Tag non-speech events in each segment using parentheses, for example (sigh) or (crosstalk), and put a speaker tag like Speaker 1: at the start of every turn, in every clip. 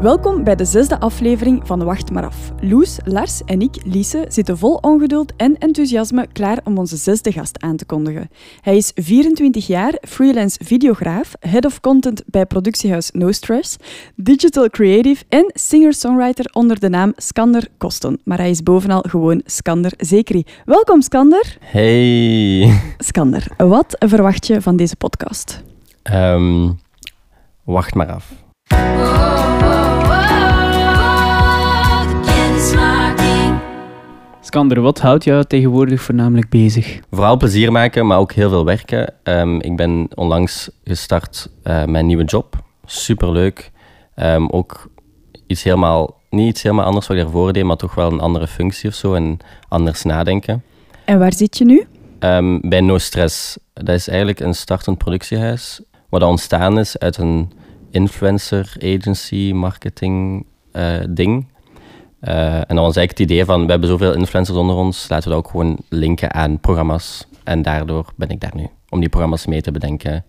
Speaker 1: Welkom bij de zesde aflevering van Wacht maar af. Loes, Lars en ik, Lise, zitten vol ongeduld en enthousiasme klaar om onze zesde gast aan te kondigen. Hij is 24 jaar, freelance videograaf, head of content bij productiehuis No Stress, digital creative en singer-songwriter onder de naam Skander Kosten. Maar hij is bovenal gewoon Skander Zekri. Welkom Skander.
Speaker 2: Hey. (laughs)
Speaker 1: Skander, wat verwacht je van deze podcast?
Speaker 2: Ehm, wacht maar af.
Speaker 3: Skander, wat houdt jou tegenwoordig voornamelijk bezig?
Speaker 2: Vooral plezier maken, maar ook heel veel werken. Ehm, ik ben onlangs gestart eh mijn nieuwe job. Superleuk. Ehm ook iets helemaal, niet iets helemaal anders wat ik daarvoor deed, maar toch wel een andere functie of zo en anders nadenken.
Speaker 1: En waar zit je nu?
Speaker 2: Ehm, bij No Stress. Dat is eigenlijk een startend productiehuis. Wat dat ontstaan is uit een influencer agency marketing eh, ding. Eh, en dan was eigenlijk het idee van, we hebben zoveel influencers onder ons, laten we dat ook gewoon linken aan programma's. En daardoor ben ik daar nu, om die programma's mee te bedenken.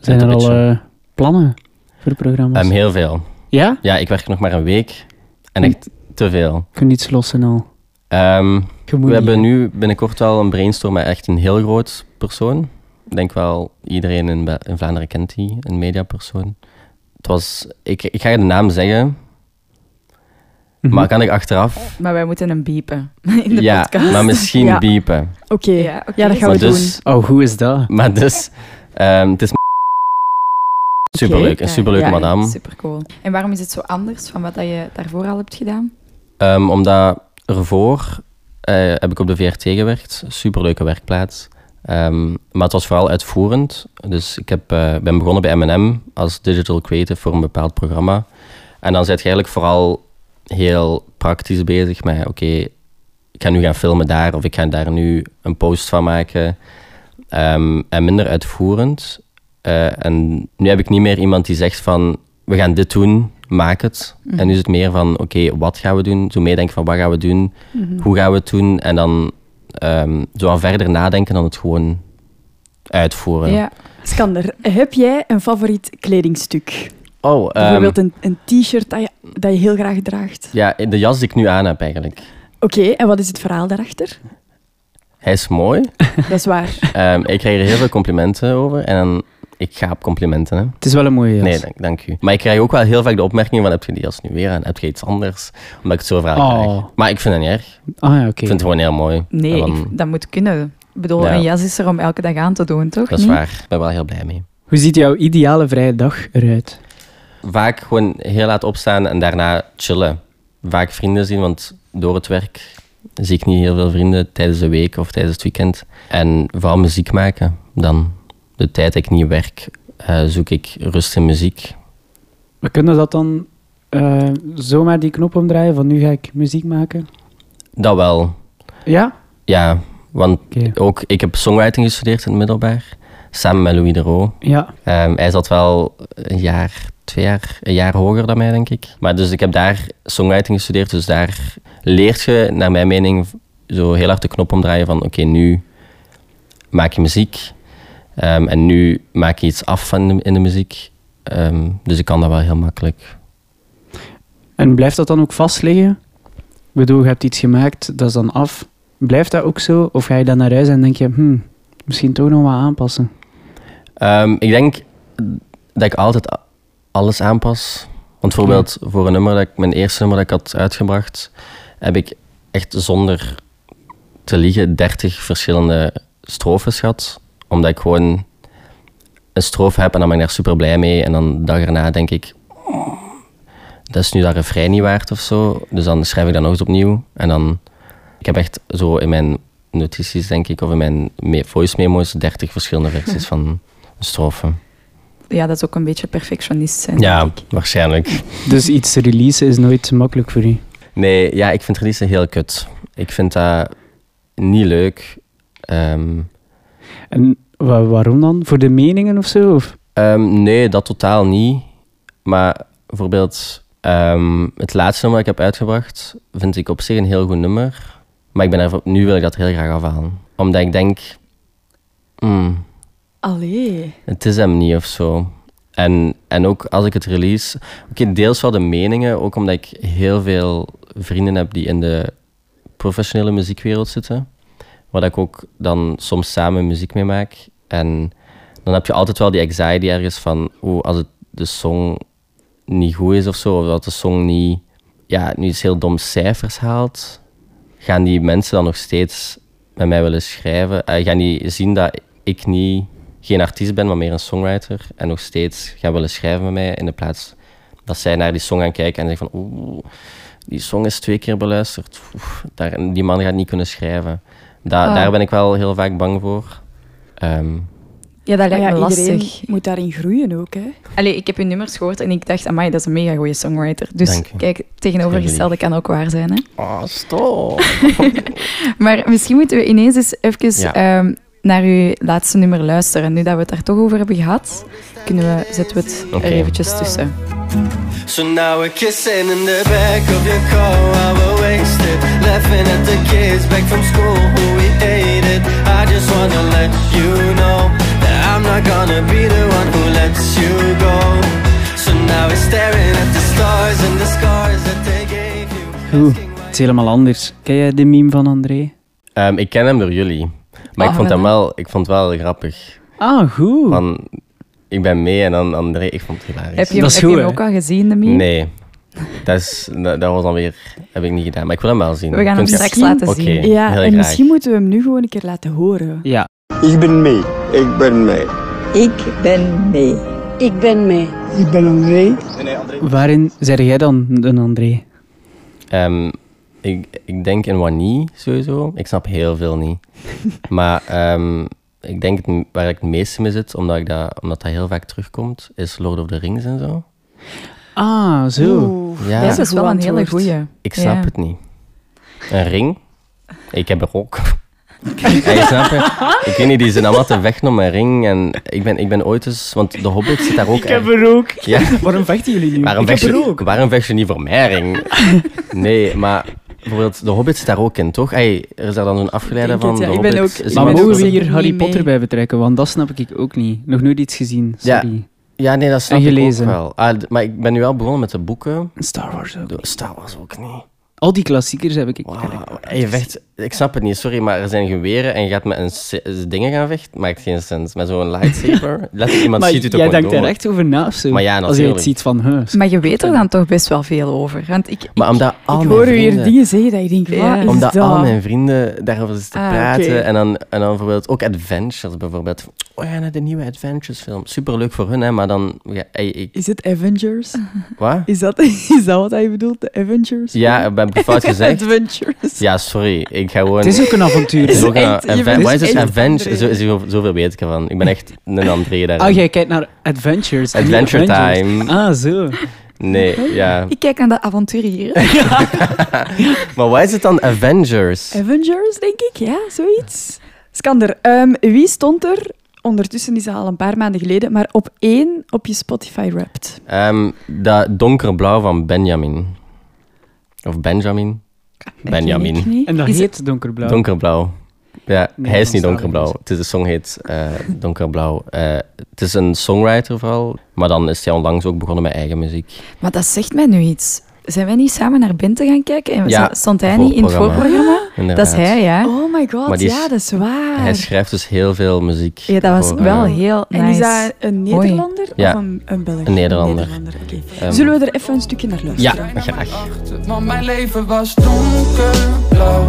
Speaker 3: Zijn
Speaker 2: te
Speaker 3: er al
Speaker 2: pitchen.
Speaker 3: eh, plannen voor programma's?
Speaker 2: Ehm, heel veel.
Speaker 3: ja?
Speaker 2: Ja, ik werk nog maar een week. En
Speaker 3: Hm.
Speaker 2: echt te veel.
Speaker 3: Je kunt iets lossen al.
Speaker 2: Ehm,
Speaker 3: Je moet
Speaker 2: we
Speaker 3: niet.
Speaker 2: hebben nu binnenkort al een brainstorm met echt een heel groot persoon. Ik denk wel, iedereen in, Be- in Vlaanderen kent die, een mediapersoon. Het was, ik, ik ga je de naam zeggen,
Speaker 3: Mhm.
Speaker 2: maar kan ik achteraf?
Speaker 4: Maar wij moeten hem biepen (laughs) in de
Speaker 2: ja,
Speaker 4: podcast.
Speaker 2: maar misschien
Speaker 1: Ja.
Speaker 2: biepen.
Speaker 1: Oké,
Speaker 4: Ja,
Speaker 1: ja,
Speaker 4: oké.
Speaker 1: dat gaan
Speaker 2: Maar
Speaker 1: we
Speaker 2: dus,
Speaker 1: doen.
Speaker 3: Oh, hoe is dat?
Speaker 2: maar dus, ehm, het is superleuk, een superleuke
Speaker 1: ja,
Speaker 2: madame.
Speaker 4: Super cool. En waarom is het zo anders van wat dat je daarvoor al hebt gedaan?
Speaker 2: Ehm, omdat ervoor eh, heb ik op de VRT gewerkt. Superleuke werkplaats. Ehm, maar het was vooral uitvoerend. Dus ik heb, eh, ben begonnen bij M&M als digital creative voor een bepaald programma. En dan zit je eigenlijk vooral heel praktisch bezig met... Oké, ik ga nu gaan filmen daar of ik ga daar nu een post van maken. Ehm, en minder uitvoerend. Eh, en nu heb ik niet meer iemand die zegt van... We gaan dit doen, maak het. En nu is het meer van, oké, wat gaan we doen? Zo meedenken van, wat gaan we doen? Hoe gaan we het doen? En dan ehm zo wat verder nadenken dan het gewoon uitvoeren.
Speaker 4: Ja.
Speaker 1: Skander, heb jij een favoriet kledingstuk?
Speaker 2: Oh, ehm,
Speaker 1: Bijvoorbeeld een, een t-shirt dat je, dat je heel graag draagt.
Speaker 2: ja, de jas die ik nu aan heb eigenlijk.
Speaker 1: Oké, en wat is het verhaal
Speaker 2: (laughs)
Speaker 1: daarachter?
Speaker 2: Hij is mooi.
Speaker 1: Dat is waar.
Speaker 2: Ehm, ik krijg er heel veel complimenten over. En dan, ik ga op complimenten, hè.
Speaker 3: Het is wel een mooie jas.
Speaker 2: Nee, dank, dank u. Maar ik krijg ook wel heel vaak de opmerking van, heb je die jas nu weer aan? Heb je iets anders? Omdat ik het zo vaak
Speaker 3: Oh.
Speaker 2: krijg. Maar ik vind het niet erg.
Speaker 3: Ah ja, oké.
Speaker 2: Ik vind het gewoon heel mooi.
Speaker 4: Nee,
Speaker 2: En dan-
Speaker 4: ik- dat moet kunnen. Ik bedoel,
Speaker 2: Ja.
Speaker 4: een jas is er om elke dag aan te doen, toch?
Speaker 2: dat is
Speaker 4: Niet?
Speaker 2: waar. Ik ben wel heel blij mee.
Speaker 3: Hoe ziet jouw ideale vrije dag eruit?
Speaker 2: vaak gewoon heel laat opstaan en daarna chillen. Vaak vrienden zien, want door het werk zie ik niet heel veel vrienden tijdens de week of tijdens het weekend. En vooral muziek maken. Dan de tijd dat ik niet werk, eh, zoek ik rust in muziek.
Speaker 3: We kunnen dat dan eh, zomaar die knop omdraaien van nu ga ik muziek maken?
Speaker 2: Dat wel,
Speaker 3: Ja?
Speaker 2: ja. Want
Speaker 3: Oké.
Speaker 2: ook, ik heb songwriting gestudeerd in het middelbaar, samen met Louis de Roo.
Speaker 3: Ja.
Speaker 2: Ehm, hij zat wel een jaar, twee jaar, een jaar hoger dan mij, denk ik. Maar dus ik heb daar songwriting gestudeerd, dus daar leert je, naar mijn mening, zo heel hard de knop omdraaien van oké, nu maak je muziek ehm, en nu maak je iets af van de- in de muziek. Ehm, dus ik kan dat wel heel makkelijk.
Speaker 3: En blijft dat dan ook vast liggen? Ik bedoel, je hebt iets gemaakt, dat is dan af. Blijft dat ook zo? Of ga je dan naar huis en denk je, hmm, misschien toch nog wat aanpassen?
Speaker 2: Ehm, ik denk dat ik altijd a- alles aanpas. Want bijvoorbeeld voor een nummer dat ik, mijn eerste nummer dat ik had uitgebracht, heb ik echt zonder te liegen 30 verschillende strofes gehad. Omdat ik gewoon een strofe heb en dan ben ik daar super blij mee. En dan de dag erna denk ik, "Mm, dat is nu dat refrein niet waard of zo. Dus dan schrijf ik dat nog eens opnieuw. En dan, ik heb echt zo in mijn notities denk ik, of in mijn me- voice memo's 30 verschillende versies van een strofe.
Speaker 4: Ja, dat is ook een beetje perfectionist zijn.
Speaker 2: Ja, waarschijnlijk.
Speaker 3: Dus iets releasen is nooit makkelijk voor u.
Speaker 2: Nee, ja, ik vind releasen heel kut. Ik vind dat niet leuk. Ehm,
Speaker 3: En wa- waarom dan? Voor de meningen of zo? Of?
Speaker 2: ehm, nee, dat totaal niet. Maar bijvoorbeeld, Ehm, het laatste nummer dat ik heb uitgebracht vind ik op zich een heel goed nummer. Maar ik ben er, nu wil ik dat heel graag afhalen. Omdat ik denk, hmm,
Speaker 1: Allee.
Speaker 2: het is hem niet of zo. En, en ook als ik het release. Oké, deels wel de meningen, ook omdat ik heel veel vrienden heb die in de professionele muziekwereld zitten. Waar ik ook dan soms samen muziek mee maak. En dan heb je altijd wel die anxiety ergens van, oh, als het de song niet goed is of zo, of dat de song niet, ja, nu iets heel dom cijfers haalt, gaan die mensen dan nog steeds met mij willen schrijven? Eh, gaan die zien dat ik niet geen artiest ben, maar meer een songwriter. En nog steeds gaan willen schrijven met mij in de plaats dat zij naar die song gaan kijken en zeggen van oeh, die song is twee keer beluisterd. Oeh, daar, die man gaat niet kunnen schrijven. Da-
Speaker 4: Ah.
Speaker 2: Daar ben ik wel heel vaak bang voor. Ehm,
Speaker 4: Ja, dat lijkt
Speaker 1: Maar ja,
Speaker 4: me
Speaker 1: iedereen
Speaker 4: lastig.
Speaker 1: moet daarin groeien ook, hè.
Speaker 4: Allee, ik heb uw nummers gehoord en ik dacht, amai, dat is een mega goede songwriter. Dus
Speaker 2: Dank u.
Speaker 4: kijk, tegenovergestelde kan ook waar zijn. Hè?
Speaker 2: Oh, stop!
Speaker 4: Maar misschien moeten we ineens eens even
Speaker 2: Ja.
Speaker 4: ehm, naar uw laatste nummer luisteren. Nu dat we het daar toch over hebben gehad, kunnen we, zetten we het
Speaker 2: Oké.
Speaker 4: er eventjes tussen.
Speaker 5: So now we're kissing in the back of your car while we're wasted Laughing at the kids back from school who we hated I just wanna let you know That I'm not gonna be the one who lets you go So now we're staring at the stars and the scars that they gave you
Speaker 3: Oeh,
Speaker 5: asking why
Speaker 3: het is helemaal anders. Ken jij de meme van André?
Speaker 2: Ehm, ik ken hem door jullie. Maar
Speaker 4: Ah,
Speaker 2: ik vond
Speaker 4: wel,
Speaker 2: hem
Speaker 4: hè?
Speaker 2: wel, ik vond het wel grappig.
Speaker 3: Ah, goed.
Speaker 2: Van, ik ben mee en dan André, ik vond het hilarisch.
Speaker 4: Heb je, hem-
Speaker 3: Dat is
Speaker 4: heb je
Speaker 3: goed,
Speaker 4: hem
Speaker 3: hè?
Speaker 4: ook al gezien, de meme?
Speaker 2: Nee, dat, is, dat, dat was dan weer, heb ik niet gedaan. Maar ik wil hem wel zien.
Speaker 4: We gaan hem
Speaker 2: Kunt je-
Speaker 4: straks
Speaker 1: Misschien-
Speaker 4: laten
Speaker 2: Oké.
Speaker 4: zien.
Speaker 2: Heel
Speaker 1: Ja, en
Speaker 2: graag.
Speaker 1: misschien moeten we hem nu gewoon een keer laten horen.
Speaker 3: Ja,
Speaker 6: Ik ben mee. Ik ben mee.
Speaker 7: Ik ben mee. Ik ben mee.
Speaker 6: Ik ben André.
Speaker 3: waarin zei jij dan een André?
Speaker 2: Ehm, ik, ik denk in wat niet, sowieso. Ik snap heel veel
Speaker 4: (laughs)
Speaker 2: niet. maar ehm, ik denk het, waar ik het meeste mee zit, omdat, ik dat, omdat dat heel vaak terugkomt, is Lord of the Rings en zo.
Speaker 3: Ah, zo.
Speaker 2: Ja,
Speaker 4: Dat is
Speaker 1: Goed
Speaker 4: wel een
Speaker 1: antwoord.
Speaker 4: hele goeie.
Speaker 2: ik snap
Speaker 4: ja.
Speaker 2: het niet. Een ring? Ik heb er ook. Ja, je snapt het? Ik weet niet, die zijn allemaal te vechten om mijn ring. En ik ben, ik ben ooit eens... Want de Hobbit zit daar ook... erg-
Speaker 3: er ook.
Speaker 2: Ja.
Speaker 3: Waarom vechten jullie nu?
Speaker 2: Waarom vecht, je, waarom vecht je niet voor mij ring? Nee, maar bijvoorbeeld de Hobbit zit daar ook in, toch? Ey, er is daar dan zo'n afgeleide
Speaker 1: Ik denk
Speaker 2: van.
Speaker 1: het, ja.
Speaker 2: de
Speaker 1: Ik ben
Speaker 2: Hobbit
Speaker 1: ook-
Speaker 2: is
Speaker 1: ik
Speaker 3: Maar
Speaker 1: ben
Speaker 2: iemand-
Speaker 1: ook
Speaker 3: mogen we
Speaker 1: zo
Speaker 3: hier
Speaker 1: niet
Speaker 3: Harry
Speaker 1: mee.
Speaker 3: Potter bij betrekken? Want dat snap ik ook niet. Nog nooit iets gezien, sorry.
Speaker 2: Ja, nee, dat snap
Speaker 3: En
Speaker 2: ik ook
Speaker 3: gelezen.
Speaker 2: wel. Ah, d- maar ik ben nu wel begonnen met de boeken.
Speaker 3: Star Wars ook.
Speaker 2: De Star Wars ook niet.
Speaker 3: Al die klassiekers heb ik eigenlijk
Speaker 2: Wauw.
Speaker 3: nog nooit
Speaker 2: Ey, Ah, je
Speaker 3: gezien.
Speaker 2: vecht, ik snap het niet, sorry, maar er zijn geweren en je gaat met een se- dingen gaan vechten. Maakt geen sens. Met zo'n lightsaber. Let iemand
Speaker 3: Maar
Speaker 2: ziet het ook
Speaker 3: jij
Speaker 2: gewoon
Speaker 3: denkt
Speaker 2: door.
Speaker 3: er echt over na of zo.
Speaker 2: Maar ja,
Speaker 3: Als je het
Speaker 2: natuurlijk.
Speaker 3: ziet van heus.
Speaker 4: Maar je weet er dan toch best wel veel over. Want ik,
Speaker 2: Maar omdat al
Speaker 1: Ik
Speaker 2: mijn
Speaker 1: hoor u hier
Speaker 2: vrienden-
Speaker 1: dingen zeggen dat ik denk, wat
Speaker 4: Ja.
Speaker 1: is
Speaker 2: Omdat
Speaker 1: dat?
Speaker 2: al mijn vrienden daarover zitten te
Speaker 4: Ah,
Speaker 2: praten.
Speaker 1: oké.
Speaker 2: En, dan, en dan bijvoorbeeld ook Adventures bijvoorbeeld. Oh ja, naar de nieuwe Adventures film. Superleuk voor hun, hè, maar dan... Ja, ey, ik,
Speaker 1: Is het Avengers?
Speaker 2: wat?
Speaker 1: Is dat, (laughs) is dat wat hij bedoelt, de Avengers?
Speaker 2: Ja, heb ik
Speaker 1: (laughs)
Speaker 2: fout gezegd?
Speaker 1: Adventures.
Speaker 2: Ja, sorry. Ik ga gewoon...
Speaker 3: Het is ook een avontuur.
Speaker 2: Het is
Speaker 3: hè?
Speaker 2: ook een
Speaker 1: echt- je
Speaker 2: aven-
Speaker 1: bent
Speaker 2: wat is
Speaker 1: echt
Speaker 2: het?
Speaker 1: een
Speaker 2: Adventure?
Speaker 1: André.
Speaker 2: Zo, zo- zoveel weet ik ervan. Ik ben echt een André daar.
Speaker 3: Ah, jij kijkt naar Adventures. en niet
Speaker 2: Adventure
Speaker 3: Avengers.
Speaker 2: Time.
Speaker 3: Ah, zo.
Speaker 2: Nee, ja.
Speaker 4: (laughs) ik kijk naar de avonturier.
Speaker 2: (laughs) Maar wat is het dan? Avengers?
Speaker 1: Avengers, denk ik, ja, zoiets. Skander, ehm, wie stond er, ondertussen is dat al een paar maanden geleden, maar op één op je Spotify Wrapped?
Speaker 2: Ehm, dat donkerblauw van Benjamin. Of Benjamin? Benjamin.
Speaker 1: Dat ken ik niet.
Speaker 3: En dat
Speaker 4: Is-
Speaker 3: heet donkerblauw.
Speaker 2: Donkerblauw. Ja,
Speaker 3: Nee,
Speaker 2: hij is
Speaker 3: dan
Speaker 2: niet
Speaker 3: staat
Speaker 2: donkerblauw.
Speaker 3: het
Speaker 2: Het is de song heet eh, Donkerblauw. Eh, het is een songwriter vooral, maar dan is hij onlangs ook begonnen met eigen muziek.
Speaker 4: Maar dat zegt mij nu iets. Zijn wij niet samen naar Ben te gaan kijken? En
Speaker 2: Ja,
Speaker 4: stond hij niet in het
Speaker 2: voorprogramma.
Speaker 4: voorprogramma? Dat is hij, ja.
Speaker 1: Oh my god,
Speaker 2: Maar die is-
Speaker 1: ja, dat is waar.
Speaker 2: Hij schrijft dus heel veel muziek.
Speaker 4: Ja, dat was
Speaker 2: voor, eh,
Speaker 4: wel heel nice.
Speaker 1: En is dat een
Speaker 4: Mooi.
Speaker 1: Nederlander
Speaker 2: Ja.
Speaker 1: of een, een Belg?
Speaker 2: Een Nederlander.
Speaker 1: oké.
Speaker 2: ehm,
Speaker 1: Zullen we er even een stukje naar
Speaker 2: Ja,
Speaker 1: luisteren?
Speaker 2: graag.
Speaker 8: Want mijn leven was donkerblauw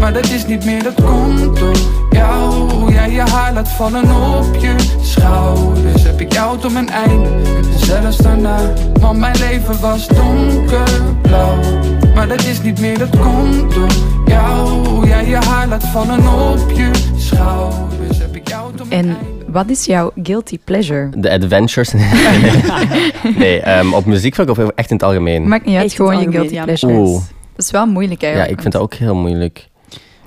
Speaker 8: Maar dat is niet meer, dat komt door jou Hoe jij je haar laat vallen op je schouders Heb ik jou tot mijn einde, en zelfs daarna Want mijn leven was donkerblauw Maar dat is niet meer, dat komt door jou Hoe jij je haar laat vallen op je schouders Heb ik jou tot mijn
Speaker 4: En wat is jouw guilty pleasure?
Speaker 2: De
Speaker 4: (laughs)
Speaker 2: Adventures. nee, ehm, op muziekvak of echt in het algemeen?
Speaker 4: Maakt niet uit,
Speaker 1: Echt in
Speaker 4: gewoon
Speaker 1: het
Speaker 4: je
Speaker 1: algemeen,
Speaker 4: guilty
Speaker 1: ja.
Speaker 4: pleasure.
Speaker 2: Oeh.
Speaker 4: Dat is wel moeilijk
Speaker 2: Ja,
Speaker 4: eigenlijk.
Speaker 2: ik vind dat ook heel moeilijk.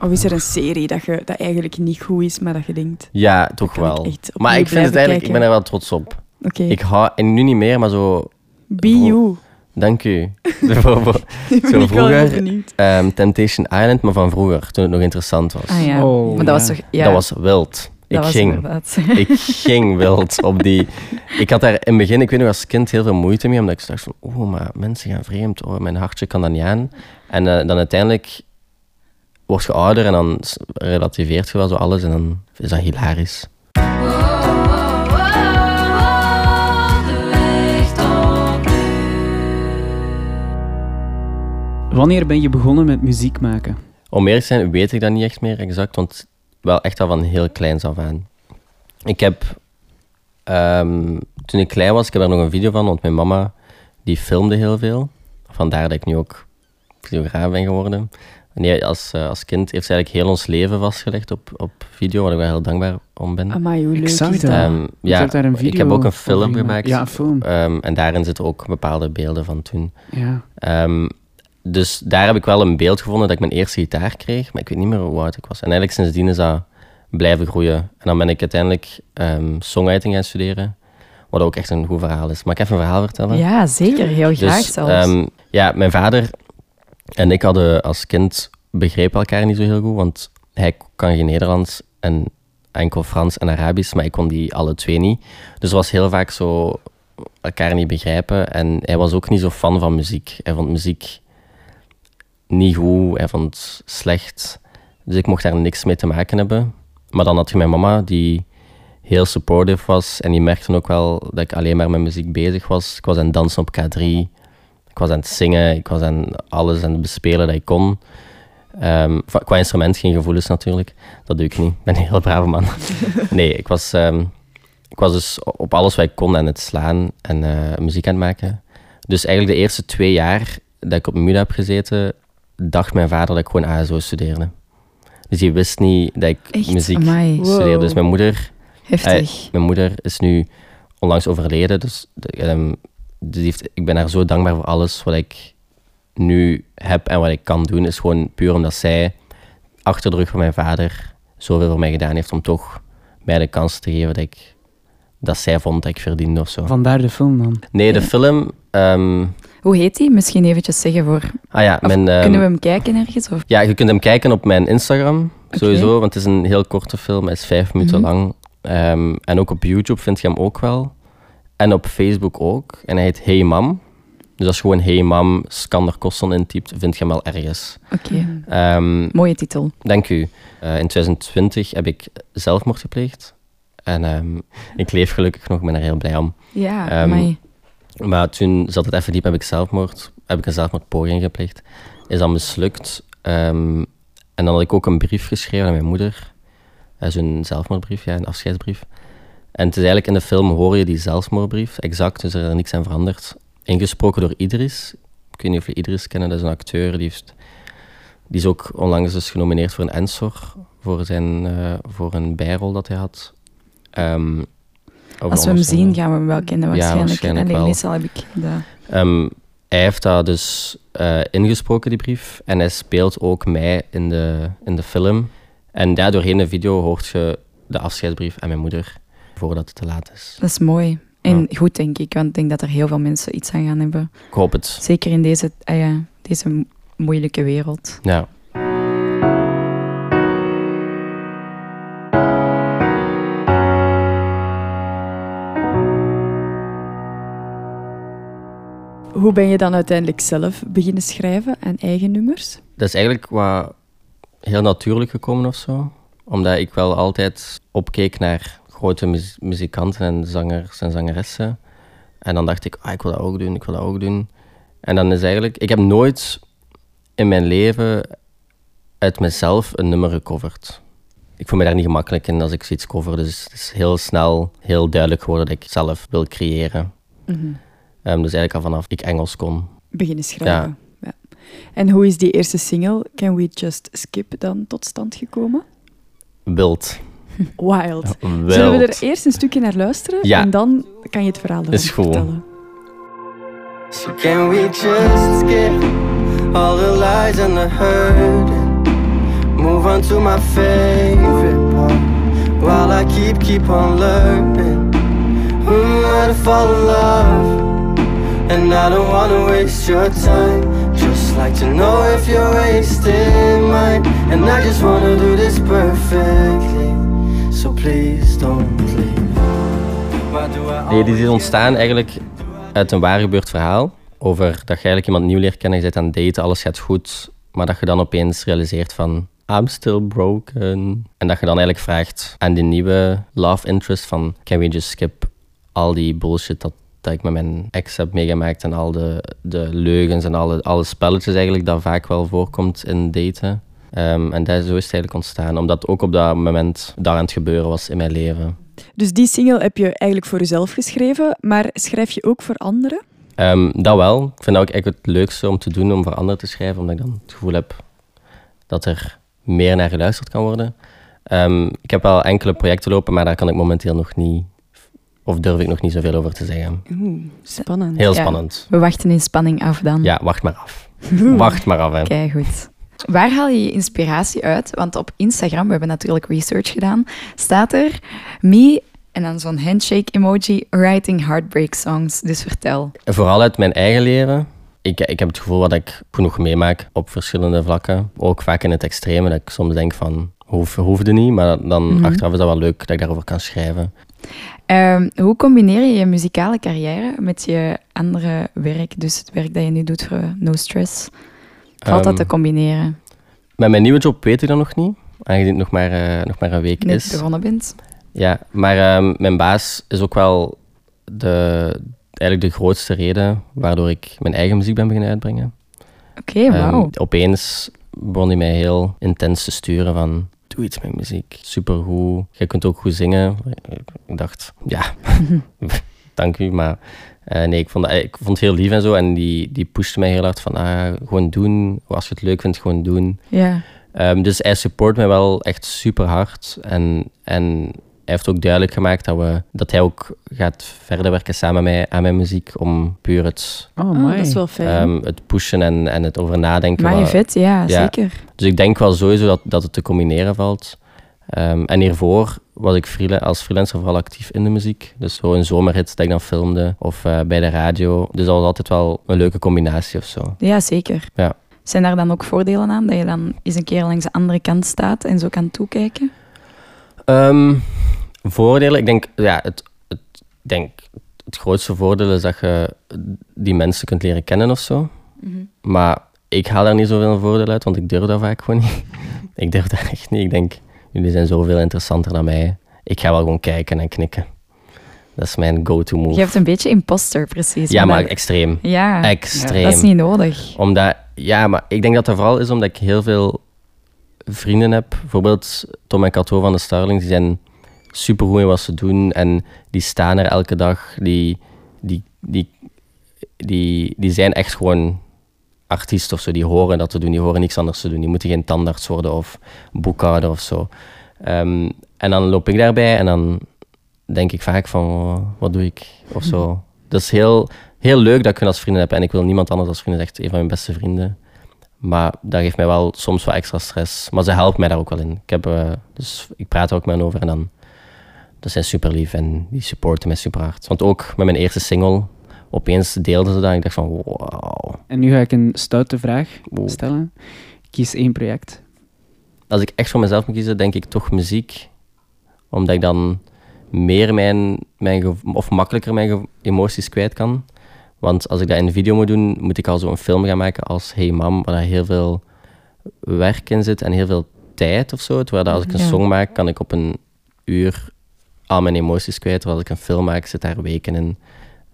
Speaker 1: Of is er een serie dat, je, dat eigenlijk niet goed is, maar dat je denkt...
Speaker 2: Ja, toch
Speaker 1: kan ik
Speaker 2: wel.
Speaker 1: echt opnieuw
Speaker 2: maar ik vind het
Speaker 1: blijven
Speaker 2: eigenlijk, ik
Speaker 1: kijken.
Speaker 2: ben er wel trots op.
Speaker 1: Oké,
Speaker 2: Ik hou, en nu niet meer, maar zo
Speaker 1: be you.
Speaker 2: Dank u. Bijvoorbeeld
Speaker 1: Ik ben
Speaker 2: Zo
Speaker 1: ik wel heel
Speaker 2: vroeger-
Speaker 1: benieuwd.
Speaker 2: ehm, Temptation Island, maar van vroeger, toen het nog interessant was.
Speaker 4: Ah ja,
Speaker 3: Oh,
Speaker 4: maar dat was
Speaker 3: ja.
Speaker 4: toch... Ja,
Speaker 2: Dat was wild.
Speaker 4: dat
Speaker 2: ik
Speaker 4: was
Speaker 2: ging.
Speaker 4: inderdaad.
Speaker 2: (laughs)
Speaker 4: (laughs)
Speaker 2: Ik ging wild op die. Ik had daar in het begin, ik weet nog als kind, heel veel moeite mee. Omdat ik dacht van, oeh, maar mensen gaan vreemd. Oh, mijn hartje kan dat niet aan. En eh, dan uiteindelijk word je ouder en dan s- relativeert je wel zo alles. En dan is dat hilarisch.
Speaker 3: Wanneer ben je begonnen met muziek maken?
Speaker 2: Om eerlijk te zijn weet ik dat niet echt meer exact, want wel echt al van heel kleins af aan. Ik heb, ehm, toen ik klein was, ik heb daar nog een video van, want mijn mama die filmde heel veel. Vandaar dat ik nu ook videograaf ben geworden. En die- als, eh, als kind heeft ze eigenlijk heel ons leven vastgelegd op, op video, waar ik wel heel dankbaar om ben.
Speaker 1: Amai, hoe leuk
Speaker 3: zag
Speaker 1: is
Speaker 3: dat.
Speaker 1: dat?
Speaker 2: Ehm,
Speaker 3: Ah, Je hebt daar een video
Speaker 2: ik heb ook een film
Speaker 3: over
Speaker 2: gemaakt.
Speaker 3: Ja, een film.
Speaker 2: Ehm, en daarin zitten ook bepaalde beelden van toen.
Speaker 3: Ja.
Speaker 2: Ehm, dus daar heb ik wel een beeld gevonden dat ik mijn eerste gitaar kreeg, maar ik weet niet meer hoe oud ik was. En eigenlijk sindsdien is dat blijven groeien. En dan ben ik uiteindelijk ehm, songwriting gaan studeren, wat ook echt een goed verhaal is. Mag ik even een verhaal vertellen?
Speaker 4: Ja, zeker. Heel graag
Speaker 2: dus,
Speaker 4: zelfs.
Speaker 2: ehm, ja, mijn vader en ik hadden als kind begrepen elkaar niet zo heel goed, want hij kan geen Nederlands en enkel Frans en Arabisch, maar ik kon die alle twee niet. Dus het was heel vaak zo elkaar niet begrijpen. En hij was ook niet zo fan van muziek. Hij vond muziek niet goed, hij vond het slecht. Dus ik mocht daar niks mee te maken hebben. Maar dan had je mijn mama, die heel supportive was. En die merkte ook wel dat ik alleen maar met muziek bezig was. Ik was aan het dansen op K3. Ik was aan het zingen. Ik was aan alles aan het bespelen dat ik kon. Ehm, va- qua instrument geen gevoelens natuurlijk. Dat doe ik niet. Ik ben een heel brave
Speaker 4: (laughs)
Speaker 2: man. nee, ik was, ehm, ik was dus o- op alles wat ik kon aan het slaan en eh, muziek aan het maken. Dus eigenlijk de eerste twee jaar dat ik op MUDA heb gezeten, dacht mijn vader dat ik gewoon ASO studeerde. Dus die wist niet dat ik
Speaker 4: Echt,
Speaker 2: muziek
Speaker 4: amai.
Speaker 2: studeerde.
Speaker 1: Wow.
Speaker 2: Dus mijn moeder
Speaker 4: Heftig.
Speaker 2: mijn moeder is nu onlangs overleden, dus de- ehm, die heeft, ik ben haar zo dankbaar voor alles wat ik nu heb en wat ik kan doen. is gewoon puur omdat zij achter de rug van mijn vader zoveel voor mij gedaan heeft om toch mij de kans te geven dat, ik, dat zij vond dat ik verdiende of zo.
Speaker 3: Vandaar de film dan.
Speaker 2: Nee, de film... ehm,
Speaker 4: Hoe heet die? Misschien eventjes zeggen voor...
Speaker 2: ah ja,
Speaker 4: Of
Speaker 2: mijn, ehm,
Speaker 4: Kunnen we hem kijken ergens? Of...
Speaker 2: ja, je kunt hem kijken op mijn Instagram, sowieso,
Speaker 4: Oké.
Speaker 2: want het is een heel korte film. Hij is vijf minuten
Speaker 4: Mhm.
Speaker 2: lang. Ehm, en ook op YouTube vind je hem ook wel. En op Facebook ook. En hij heet Hey Mam. Dus als je gewoon Hey Mam Skander Kosson intypt, vind je hem wel ergens.
Speaker 4: Oké,
Speaker 2: Ehm,
Speaker 4: mooie titel.
Speaker 2: dank u. Eh, in 2020 heb ik zelfmoord gepleegd. En ehm, ik leef gelukkig nog, ik ben er heel blij om.
Speaker 4: Ja,
Speaker 2: Ehm,
Speaker 4: amai.
Speaker 2: Maar toen zat het even diep, heb ik zelfmoord, heb ik een zelfmoordpoging gepleegd. Is dat mislukt. Ehm, en dan had ik ook een brief geschreven aan mijn moeder. Eh, Zo'n zelfmoordbrief, ja, een afscheidsbrief. En het is eigenlijk in de film hoor je die zelfmoordbrief, exact, dus er is niks aan veranderd. Ingesproken door Idris. Ik weet niet of jullie Idris kennen, dat is een acteur. Die, heeft, die is ook onlangs dus genomineerd voor een Ensor, voor, zijn, eh, voor een bijrol dat hij had. Ehm, over
Speaker 4: Als we hem
Speaker 2: anders-
Speaker 4: zien, gaan we hem wel kennen
Speaker 2: Ja,
Speaker 4: waarschijnlijk.
Speaker 2: waarschijnlijk
Speaker 4: Alleen
Speaker 2: wel.
Speaker 4: meestal heb ik dat.
Speaker 2: Ehm, hij heeft dat dus eh, ingesproken, die brief. En hij speelt ook mij in de, in de film. En ja, doorheen de video hoort je de afscheidsbrief aan mijn moeder voordat het te laat is.
Speaker 4: Dat is mooi. En goed, denk ik. Want ik denk dat er heel veel mensen iets aan gaan hebben.
Speaker 2: Ik hoop het.
Speaker 4: Zeker in deze, ah ja, deze mo- moeilijke wereld.
Speaker 2: Ja.
Speaker 1: Hoe ben je dan uiteindelijk zelf beginnen schrijven aan eigen nummers?
Speaker 2: Dat is eigenlijk wat heel natuurlijk gekomen of zo. Omdat ik wel altijd opkeek naar grote muz- muzikanten en zangers en zangeressen. En dan dacht ik, ah, ik wil dat ook doen, ik wil dat ook doen. En dan is eigenlijk, ik heb nooit in mijn leven uit mezelf een nummer gecoverd. Ik voel me daar niet gemakkelijk in als ik zoiets cover. Dus het is heel snel, heel duidelijk geworden dat ik zelf wil creëren.
Speaker 1: Mhm.
Speaker 2: Ehm, dus eigenlijk al vanaf ik Engels kon.
Speaker 1: Beginnen schrijven. Ja. En hoe is die eerste single, Can We Just Skip, dan tot stand gekomen?
Speaker 2: Wild.
Speaker 1: Wild.
Speaker 2: Wild.
Speaker 1: Zullen we er eerst een stukje naar luisteren?
Speaker 2: Ja.
Speaker 1: En dan kan je het verhaal dan
Speaker 2: Is goed.
Speaker 1: vertellen.
Speaker 5: So can we just skip all the lies and the hurt? Move on to my favorite part while I keep keep on lurping. Mm, how to fall in love, And I don't wanna waste your time Just like to know if you're wasting mine And I just wanna do this perfectly So please don't leave Why do I
Speaker 2: Nee, dit is
Speaker 5: always
Speaker 2: ontstaan eigenlijk uit een waar gebeurd verhaal. Over dat je eigenlijk iemand nieuw leert kennen, je zit aan het daten, alles gaat goed. Maar dat je dan opeens realiseert van, I'm still broken. En dat je dan eigenlijk vraagt aan die nieuwe love interest van, can we just skip al die bullshit dat, dat ik met mijn ex heb meegemaakt en al de, de leugens en alle, alle spelletjes eigenlijk dat vaak wel voorkomt in daten. Ehm, en dat, zo is het eigenlijk ontstaan, omdat ook op dat moment daar aan het gebeuren was in mijn leven.
Speaker 1: Dus die single heb je eigenlijk voor jezelf geschreven, maar schrijf je ook voor anderen?
Speaker 2: Ehm, dat wel. Ik vind dat ook echt het leukste om te doen, om voor anderen te schrijven, omdat ik dan het gevoel heb dat er meer naar geluisterd kan worden. Ehm, ik heb wel enkele projecten lopen, maar daar kan ik momenteel nog niet, of durf ik nog niet zoveel over te zeggen.
Speaker 1: Oeh, spannend.
Speaker 2: Heel
Speaker 4: Ja. Hm.
Speaker 2: spannend.
Speaker 4: We wachten in spanning af dan.
Speaker 2: Ja, wacht maar af. (laughs) Wacht maar af, hè.
Speaker 4: Kijk goed. Waar haal je je inspiratie uit? Want op Instagram, we hebben natuurlijk research gedaan, staat er me en dan zo'n handshake emoji writing heartbreak songs. Dus vertel.
Speaker 2: En Vooral uit mijn eigen leven. Ik, ik heb het gevoel dat ik genoeg meemaak op verschillende vlakken. Ook vaak in het extreme, dat ik soms denk van, hoef, hoefde niet. Maar dan
Speaker 4: Mhm.
Speaker 2: achteraf is dat wel leuk dat ik daarover kan schrijven.
Speaker 4: Ehm, hoe combineer je je muzikale carrière met je andere werk? Dus het werk dat je nu doet voor No Stress. Valt dat
Speaker 2: Ehm,
Speaker 4: te combineren?
Speaker 2: Met mijn nieuwe job weet ik dat nog niet, aangezien het nog maar, eh, nog maar een week
Speaker 4: Net
Speaker 2: is.
Speaker 4: begonnen bent?
Speaker 2: Ja, maar ehm, mijn baas is ook wel de, eigenlijk de grootste reden waardoor ik mijn eigen muziek ben beginnen uitbrengen.
Speaker 4: Oké,
Speaker 2: Ehm,
Speaker 4: wauw.
Speaker 2: opeens begon hij mij heel intens te sturen van... Doe iets met muziek. Supergoed. Jij kunt ook goed zingen. Ik dacht,
Speaker 4: (laughs)
Speaker 2: ja, dank u. Maar eh, nee, ik vond, dat- ik vond het heel lief en zo. En die, die pushte mij heel hard van, ah, gewoon doen. Als je het leuk vindt, gewoon doen.
Speaker 4: ja.
Speaker 2: Ehm, dus hij support mij wel echt super hard. En, en hij heeft ook duidelijk gemaakt dat, we, dat hij ook gaat verder werken samen met mij aan mijn muziek. Om puur het,
Speaker 3: Oh,
Speaker 1: Ah,
Speaker 3: mooi.
Speaker 1: dat is wel fijn.
Speaker 2: ehm, het pushen en, en het over nadenken.
Speaker 4: Maar je
Speaker 2: wel-
Speaker 4: vet, ja,
Speaker 2: Ja.
Speaker 4: zeker.
Speaker 2: Dus ik denk wel sowieso dat, dat het te combineren valt. Ehm, en hiervoor was ik freela- als freelancer vooral actief in de muziek. Dus zo een zomerhit dat ik dan filmde of eh, bij de radio. Dus dat was altijd wel een leuke combinatie of zo.
Speaker 4: Ja, zeker.
Speaker 2: Ja.
Speaker 4: Zijn daar dan ook voordelen aan dat je dan eens een keer langs de andere kant staat en zo kan toekijken?
Speaker 2: Ehm, voordelen, ik denk, ja, het, het, ik denk het grootste voordeel is dat je die mensen kunt leren kennen of zo.
Speaker 4: Mhm.
Speaker 2: Maar ik haal daar niet zoveel voordeel uit, want ik durf dat vaak gewoon niet. (laughs) ik durf dat echt niet. Ik denk, jullie zijn zoveel interessanter dan mij. Ik ga wel gewoon kijken en knikken. Dat is mijn go-to move.
Speaker 4: Je hebt een beetje imposter, precies.
Speaker 2: ja, maar
Speaker 4: dat-
Speaker 2: extreem.
Speaker 4: ja,
Speaker 2: Extreem.
Speaker 4: dat is niet nodig.
Speaker 2: Omdat, ja, maar ik denk dat dat vooral is omdat ik heel veel vrienden heb. Bijvoorbeeld Tom en Cato van de Starlings, die zijn supergoed in wat ze doen en die staan er elke dag. Die, die, die, die, die zijn echt gewoon artiest of zo. Die horen dat te doen, die horen niks anders te doen. Die moeten geen tandarts worden of boekhouder of zo. Ehm, en dan loop ik daarbij en dan denk ik vaak van, oh, wat doe ik? Of zo. Dat is heel, heel leuk dat ik hun als vrienden heb. En ik wil niemand anders als vrienden, dat is echt een van mijn beste vrienden. Maar dat geeft mij wel soms wel extra stress. Maar ze helpt mij daar ook wel in. Ik, heb, eh, dus ik praat er ook met hen over en dan... Dat zijn super lief en die supporten mij super hard. Want ook met mijn eerste single, opeens deelden ze dat. En ik dacht van, wow.
Speaker 3: En nu ga ik een stoute vraag
Speaker 2: Wow.
Speaker 3: stellen. Kies één project.
Speaker 2: Als ik echt voor mezelf moet kiezen, denk ik toch muziek. Omdat ik dan meer mijn, mijn gev- of makkelijker mijn gev- emoties kwijt kan. Want als ik dat in een video moet doen, moet ik al zo'n film gaan maken als Hey Mam, waar daar heel veel werk in zit en heel veel tijd of zo. Terwijl dat als ik een
Speaker 4: Ja.
Speaker 2: song maak, kan ik op een uur al mijn emoties kwijt. Terwijl als ik een film maak, zit daar weken in.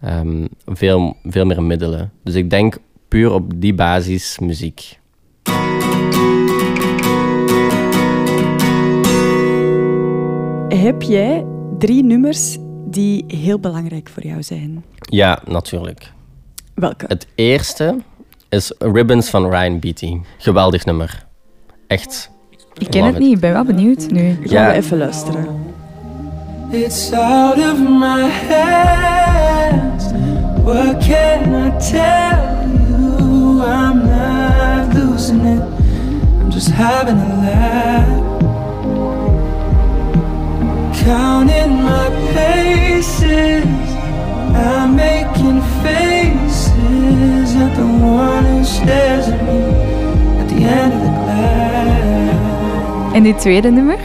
Speaker 2: Ehm, veel, veel meer middelen. Dus ik denk puur op die basis muziek.
Speaker 1: Heb jij drie nummers die heel belangrijk voor jou zijn?
Speaker 2: Ja, natuurlijk.
Speaker 1: Welke?
Speaker 2: Het eerste is Ribbons van Ryan Beatty. Geweldig nummer. Echt.
Speaker 4: Ik ken
Speaker 2: Love
Speaker 4: het
Speaker 2: it.
Speaker 4: niet, ik ben wel benieuwd nu.
Speaker 1: Gaan
Speaker 2: ja.
Speaker 1: we even luisteren.
Speaker 5: It's out of my hands. What can I tell you? I'm not losing it. I'm just having a laugh. Counting my paces. I'm making faces. one who stares at me at the end of the glass.
Speaker 4: En die tweede nummer?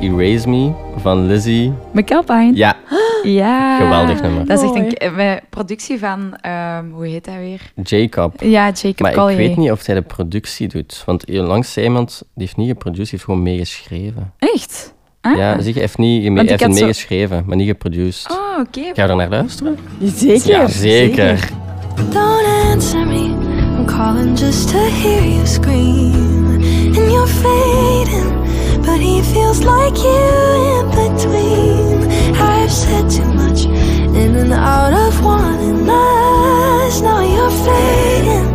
Speaker 2: Erase Me van Lizzie.
Speaker 4: Mikkel Pijn.
Speaker 2: Ja,
Speaker 4: Ja.
Speaker 2: geweldig nummer.
Speaker 4: Dat is echt een
Speaker 1: Mooi.
Speaker 4: k- bij productie van, ehm, hoe heet dat weer?
Speaker 2: Jacob.
Speaker 4: Ja, Jacob
Speaker 2: Maar ik
Speaker 4: Collier.
Speaker 2: weet niet of hij de productie doet. Want hier langs zei iemand, die heeft niet geproduceerd, die heeft gewoon meegeschreven.
Speaker 4: Echt? Ah.
Speaker 2: Ja, dus- zeg, hij heeft, niet, gemee-
Speaker 4: Want
Speaker 2: hij
Speaker 4: ik
Speaker 2: heeft het
Speaker 4: had zo-
Speaker 2: meegeschreven, maar niet geproduceerd.
Speaker 4: Oh, oké.
Speaker 2: Ga je er naar luisteren?
Speaker 1: Zeker.
Speaker 2: ja, zeker.
Speaker 9: Don't answer me. I'm calling just to hear you scream. And you're fading, but he feels like you in between. I've said too much, in and out of wanting us. Now you're fading,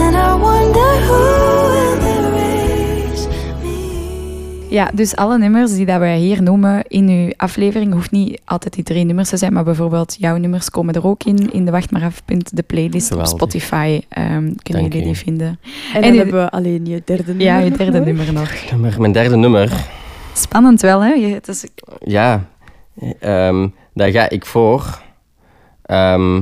Speaker 9: and I wonder who will erase me.
Speaker 4: Ja, dus alle nummers die dat wij hier noemen in uw aflevering, hoeft niet altijd die drie nummers te zijn, maar bijvoorbeeld jouw nummers komen er ook in, in de wachtmaaraf.de playlist
Speaker 2: Geweldig.
Speaker 4: op Spotify. ehm, kunnen
Speaker 2: Dank
Speaker 4: jullie die
Speaker 2: u.
Speaker 4: vinden.
Speaker 1: En
Speaker 4: En
Speaker 1: dan
Speaker 4: je-
Speaker 1: hebben we alleen je derde nummer.
Speaker 4: Ja, je
Speaker 1: nog
Speaker 4: derde
Speaker 1: nodig.
Speaker 4: nummer nog.
Speaker 2: Nummer- Mijn derde nummer
Speaker 4: Spannend wel, hè? Je- Het is,
Speaker 2: Ja, ehm, daar ga ik voor. Ehm,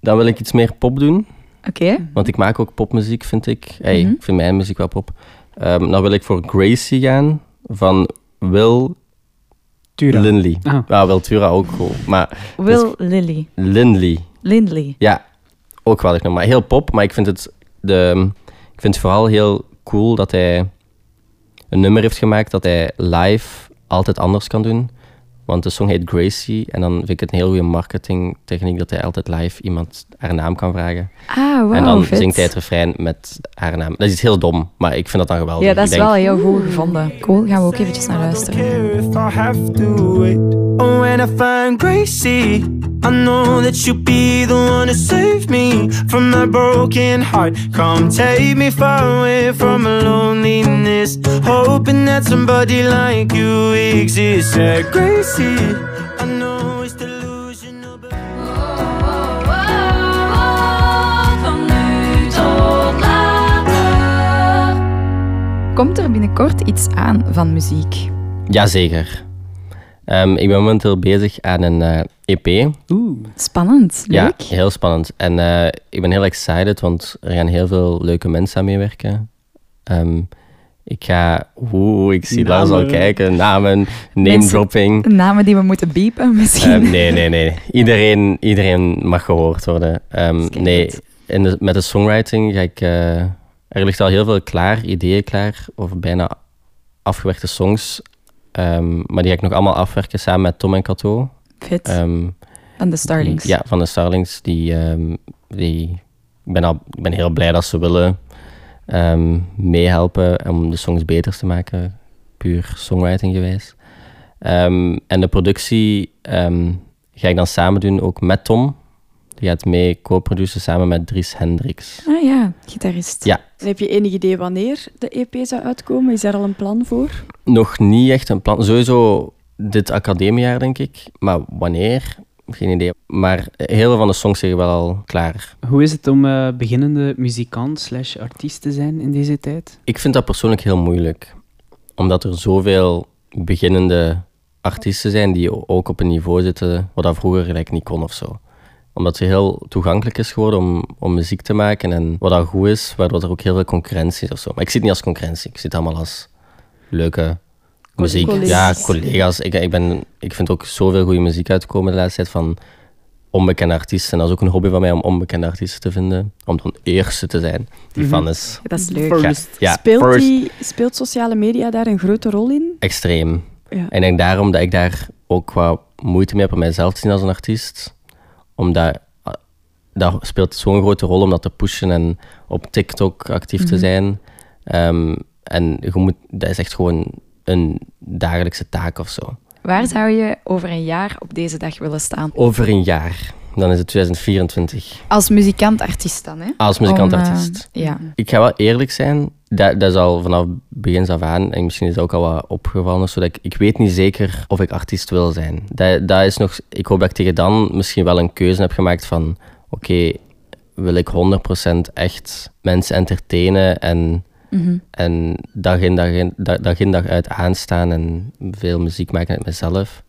Speaker 2: dan wil ik iets meer pop doen,
Speaker 4: oké.
Speaker 2: want ik maak ook popmuziek, vind ik. Hey,
Speaker 4: Mhm.
Speaker 2: Ik vind mijn muziek wel pop. Ehm, dan wil ik voor Gracie gaan van Will
Speaker 3: Tuurlijk.
Speaker 2: Lindley.
Speaker 3: Ah.
Speaker 2: Nou, Will Tura ook cool, maar
Speaker 4: Will Lily.
Speaker 2: Lindley,
Speaker 4: Lindley.
Speaker 2: ja, ook wel ik noem maar heel pop. Maar ik vind het, de, ik vind het vooral heel cool dat hij een nummer heeft gemaakt dat hij live altijd anders kan doen. Want de song heet Gracie en dan vind ik het een heel goede marketingtechniek dat hij altijd live iemand haar naam kan vragen.
Speaker 4: Ah, wow,
Speaker 2: en dan
Speaker 4: vet.
Speaker 2: zingt hij het refrein met haar naam. Dat is iets heel dom, maar ik vind dat dan geweldig.
Speaker 4: Ja, dat
Speaker 2: dus Ik
Speaker 4: is
Speaker 2: denk,
Speaker 4: wel heel goed gevonden. Cool, gaan we ook eventjes naar
Speaker 5: I
Speaker 4: luisteren.
Speaker 5: don't care if I have to wait. Oh, when I find Gracie, I know that you'll be the one to save me from that broken heart. Come take me far away from my loneliness, hoping that somebody like you exists. Yeah, Gracie, I know it's delusional, but.
Speaker 9: Van nu tot later.
Speaker 4: Komt er binnenkort iets aan van muziek?
Speaker 2: Jazeker. Ehm, ik ben momenteel bezig aan een eh, EP.
Speaker 4: Spannend, leuk.
Speaker 2: Ja, heel spannend. En eh, ik ben heel excited, want er gaan heel veel leuke mensen aan meewerken. Ehm, ik ga... Oeh, ik zie Lars al
Speaker 3: Namen.
Speaker 2: kijken. Namen,
Speaker 4: Mensen-
Speaker 2: name-dropping.
Speaker 4: Namen die we moeten biepen misschien.
Speaker 2: Ehm, nee, nee, nee. Iedereen, iedereen mag gehoord worden. Ehm,
Speaker 4: Dat is kei
Speaker 2: nee,
Speaker 4: goed.
Speaker 2: in de- met de songwriting ga ik... eh, er ligt al heel veel klaar, ideeën klaar, of bijna afgewerkte songs. Ehm, maar die ga ik nog allemaal afwerken samen met Tom en Cato.
Speaker 4: Vet.
Speaker 2: Ehm,
Speaker 4: van de Starlings.
Speaker 2: ja, van de Starlings. Die, ehm, die, ik, ben al, ik ben heel blij dat ze willen ehm, meehelpen om de songs beter te maken, puur songwriting gewijs. Ehm, en de productie ehm, ga ik dan samen doen ook met Tom. Die gaat mee co-produceren samen met Dries Hendricks.
Speaker 4: Ah ja, gitarist.
Speaker 2: Ja.
Speaker 1: En heb je enig idee wanneer de EP zou uitkomen? Is daar al een plan voor?
Speaker 2: Nog niet echt een plan. Sowieso dit academiejaar, denk ik. Maar wanneer? Geen idee. Maar heel veel van de songs liggen wel al klaar.
Speaker 3: Hoe is het om eh, beginnende muzikant slash artiest te zijn in deze tijd?
Speaker 2: Ik vind dat persoonlijk heel moeilijk. Omdat er zoveel beginnende artiesten zijn die ook op een niveau zitten wat dat vroeger gelijk niet kon of zo. Omdat het heel toegankelijk is geworden om, om muziek te maken en wat dat goed is, waardoor er ook heel veel concurrentie is of zo. Maar ik zit niet als concurrentie, ik zit allemaal als leuke muziek.
Speaker 1: collega's.
Speaker 2: Ja, collega's. Ik, ik, ben, ik vind ook zoveel goede muziek uitkomen de laatste tijd van onbekende artiesten. En dat is ook een hobby van mij om onbekende artiesten te vinden. Om dan eerste te zijn die
Speaker 3: Mhm.
Speaker 2: van is.
Speaker 4: Dat is leuk.
Speaker 2: Ja, ja,
Speaker 1: speelt,
Speaker 2: first.
Speaker 1: die, speelt sociale media daar een grote rol in?
Speaker 2: extreem.
Speaker 1: Ja.
Speaker 2: En ik denk daarom dat ik daar ook qua moeite mee heb om mijzelf te zien als een artiest. Omdat ah, daar speelt zo'n grote rol om dat te pushen en op TikTok actief te zijn. Ehm, en je moet, dat is echt gewoon een dagelijkse taak of zo.
Speaker 4: Waar zou je over een jaar op deze dag willen staan?
Speaker 2: Over een jaar, dan is het 2024.
Speaker 4: Als muzikant-artiest dan, hè?
Speaker 2: Als
Speaker 4: Om, eh,
Speaker 2: muzikant-artiest.
Speaker 4: ja.
Speaker 2: Ik ga wel eerlijk zijn, dat, dat is al vanaf begins af aan, en misschien is dat ook al wat opgevallen, zodat ik, ik weet niet zeker of ik artiest wil zijn. Dat, dat is nog, ik hoop dat ik tegen dan misschien wel een keuze heb gemaakt van, oké, wil ik 100% echt mensen entertainen en,
Speaker 4: Mhm.
Speaker 2: en dag, in, dag, in, dag, dag in dag uit aanstaan en veel muziek maken uit mezelf?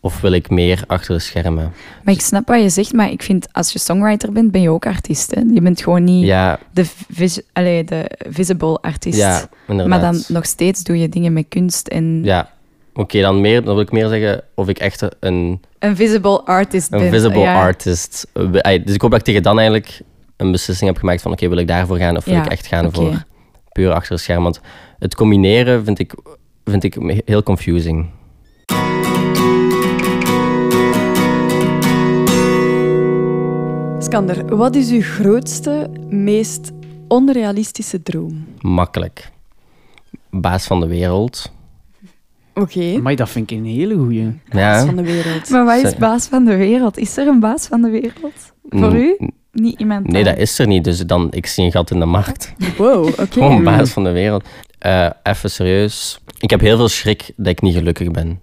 Speaker 2: Of wil ik meer achter de schermen?
Speaker 4: Maar ik snap wat je zegt, maar ik vind als je songwriter bent, ben je ook artiest. Hè? Je bent gewoon niet
Speaker 2: Ja,
Speaker 4: de, vis, allee, de visible artiest.
Speaker 2: ja inderdaad.
Speaker 4: maar dan nog steeds doe je dingen met kunst. En
Speaker 2: Ja. Oké, dan, meer, dan wil ik meer zeggen of ik echt een,
Speaker 4: een visible artist
Speaker 2: een
Speaker 4: bent.
Speaker 2: visible
Speaker 4: ja.
Speaker 2: artist... eh, we- ey, Dus ik hoop dat ik tegen dan eigenlijk een beslissing heb gemaakt van... Oké, wil ik daarvoor gaan of wil
Speaker 4: Ja,
Speaker 2: ik echt gaan
Speaker 4: oké.
Speaker 2: voor puur achter de schermen? Want het combineren vind ik, vind ik heel confusing.
Speaker 1: Skander, wat is uw grootste, meest onrealistische droom?
Speaker 2: Makkelijk. Baas van de wereld.
Speaker 1: Oké,
Speaker 3: Maar dat vind ik een hele goeie.
Speaker 1: dat is
Speaker 2: Ja.
Speaker 1: van de wereld.
Speaker 4: Maar wat is
Speaker 2: Sorry.
Speaker 4: baas van de wereld? Is er een baas van de wereld? Voor
Speaker 2: Mm,
Speaker 4: u? Niet iemand
Speaker 2: Nee, dat
Speaker 4: anders.
Speaker 2: is er niet. Dus dan, ik zie een gat in de markt.
Speaker 1: Wow, oké.
Speaker 2: Gewoon baas van de wereld. Eh, even serieus. Ik heb heel veel schrik dat ik niet gelukkig ben.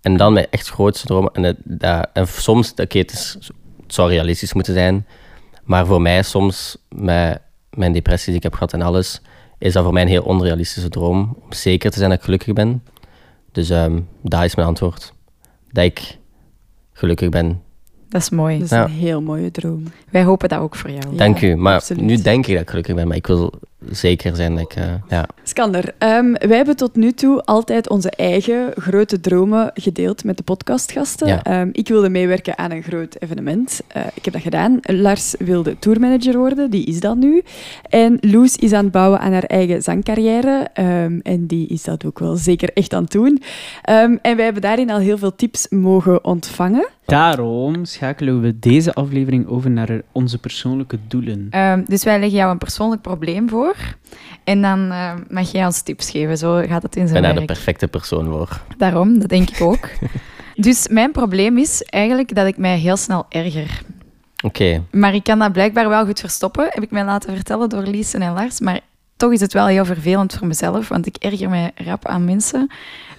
Speaker 2: En dan mijn echt grootste droom. En, het, dat- en soms, oké, het, is- het zou realistisch moeten zijn. Maar voor mij soms, met mijn depressie die ik heb gehad en alles, is dat voor mij een heel onrealistische droom. Om zeker te zijn dat ik gelukkig ben. Dus ehm daar is mijn antwoord. Dat ik gelukkig ben.
Speaker 4: Dat is mooi.
Speaker 1: Dat is
Speaker 2: Ja.
Speaker 1: een heel mooie droom.
Speaker 4: Wij hopen dat ook voor jou.
Speaker 1: Ja,
Speaker 2: Dank u. Maar
Speaker 1: absoluut.
Speaker 2: nu denk ik dat ik gelukkig ben. Maar ik wil zeker zijn dat ik... eh, ja.
Speaker 1: Skander, ehm, wij hebben tot nu toe altijd onze eigen grote dromen gedeeld met de podcastgasten.
Speaker 2: Ja.
Speaker 1: Ehm, ik wilde meewerken aan een groot evenement. Eh, ik heb dat gedaan. Lars wilde tourmanager worden, die is dat nu. En Loes is aan het bouwen aan haar eigen zangcarrière. ehm, en die is dat ook wel zeker echt aan het doen. Ehm, en wij hebben daarin al heel veel tips mogen ontvangen.
Speaker 3: Daarom schakelen we deze aflevering over naar onze persoonlijke doelen.
Speaker 4: Ehm, dus wij leggen jou een persoonlijk probleem voor. En dan ehm, mag jij ons tips geven. Zo gaat het in
Speaker 2: Ik ben
Speaker 4: zijn
Speaker 2: daar de
Speaker 4: werk.
Speaker 2: perfecte persoon voor.
Speaker 4: Daarom, dat denk ik ook. (laughs) dus mijn probleem is eigenlijk dat ik mij heel snel erger.
Speaker 2: Oké.
Speaker 4: Maar ik kan dat blijkbaar wel goed verstoppen, heb ik mij laten vertellen door Liesen en Lars. Maar toch is het wel heel vervelend voor mezelf, want ik erger mij rap aan mensen.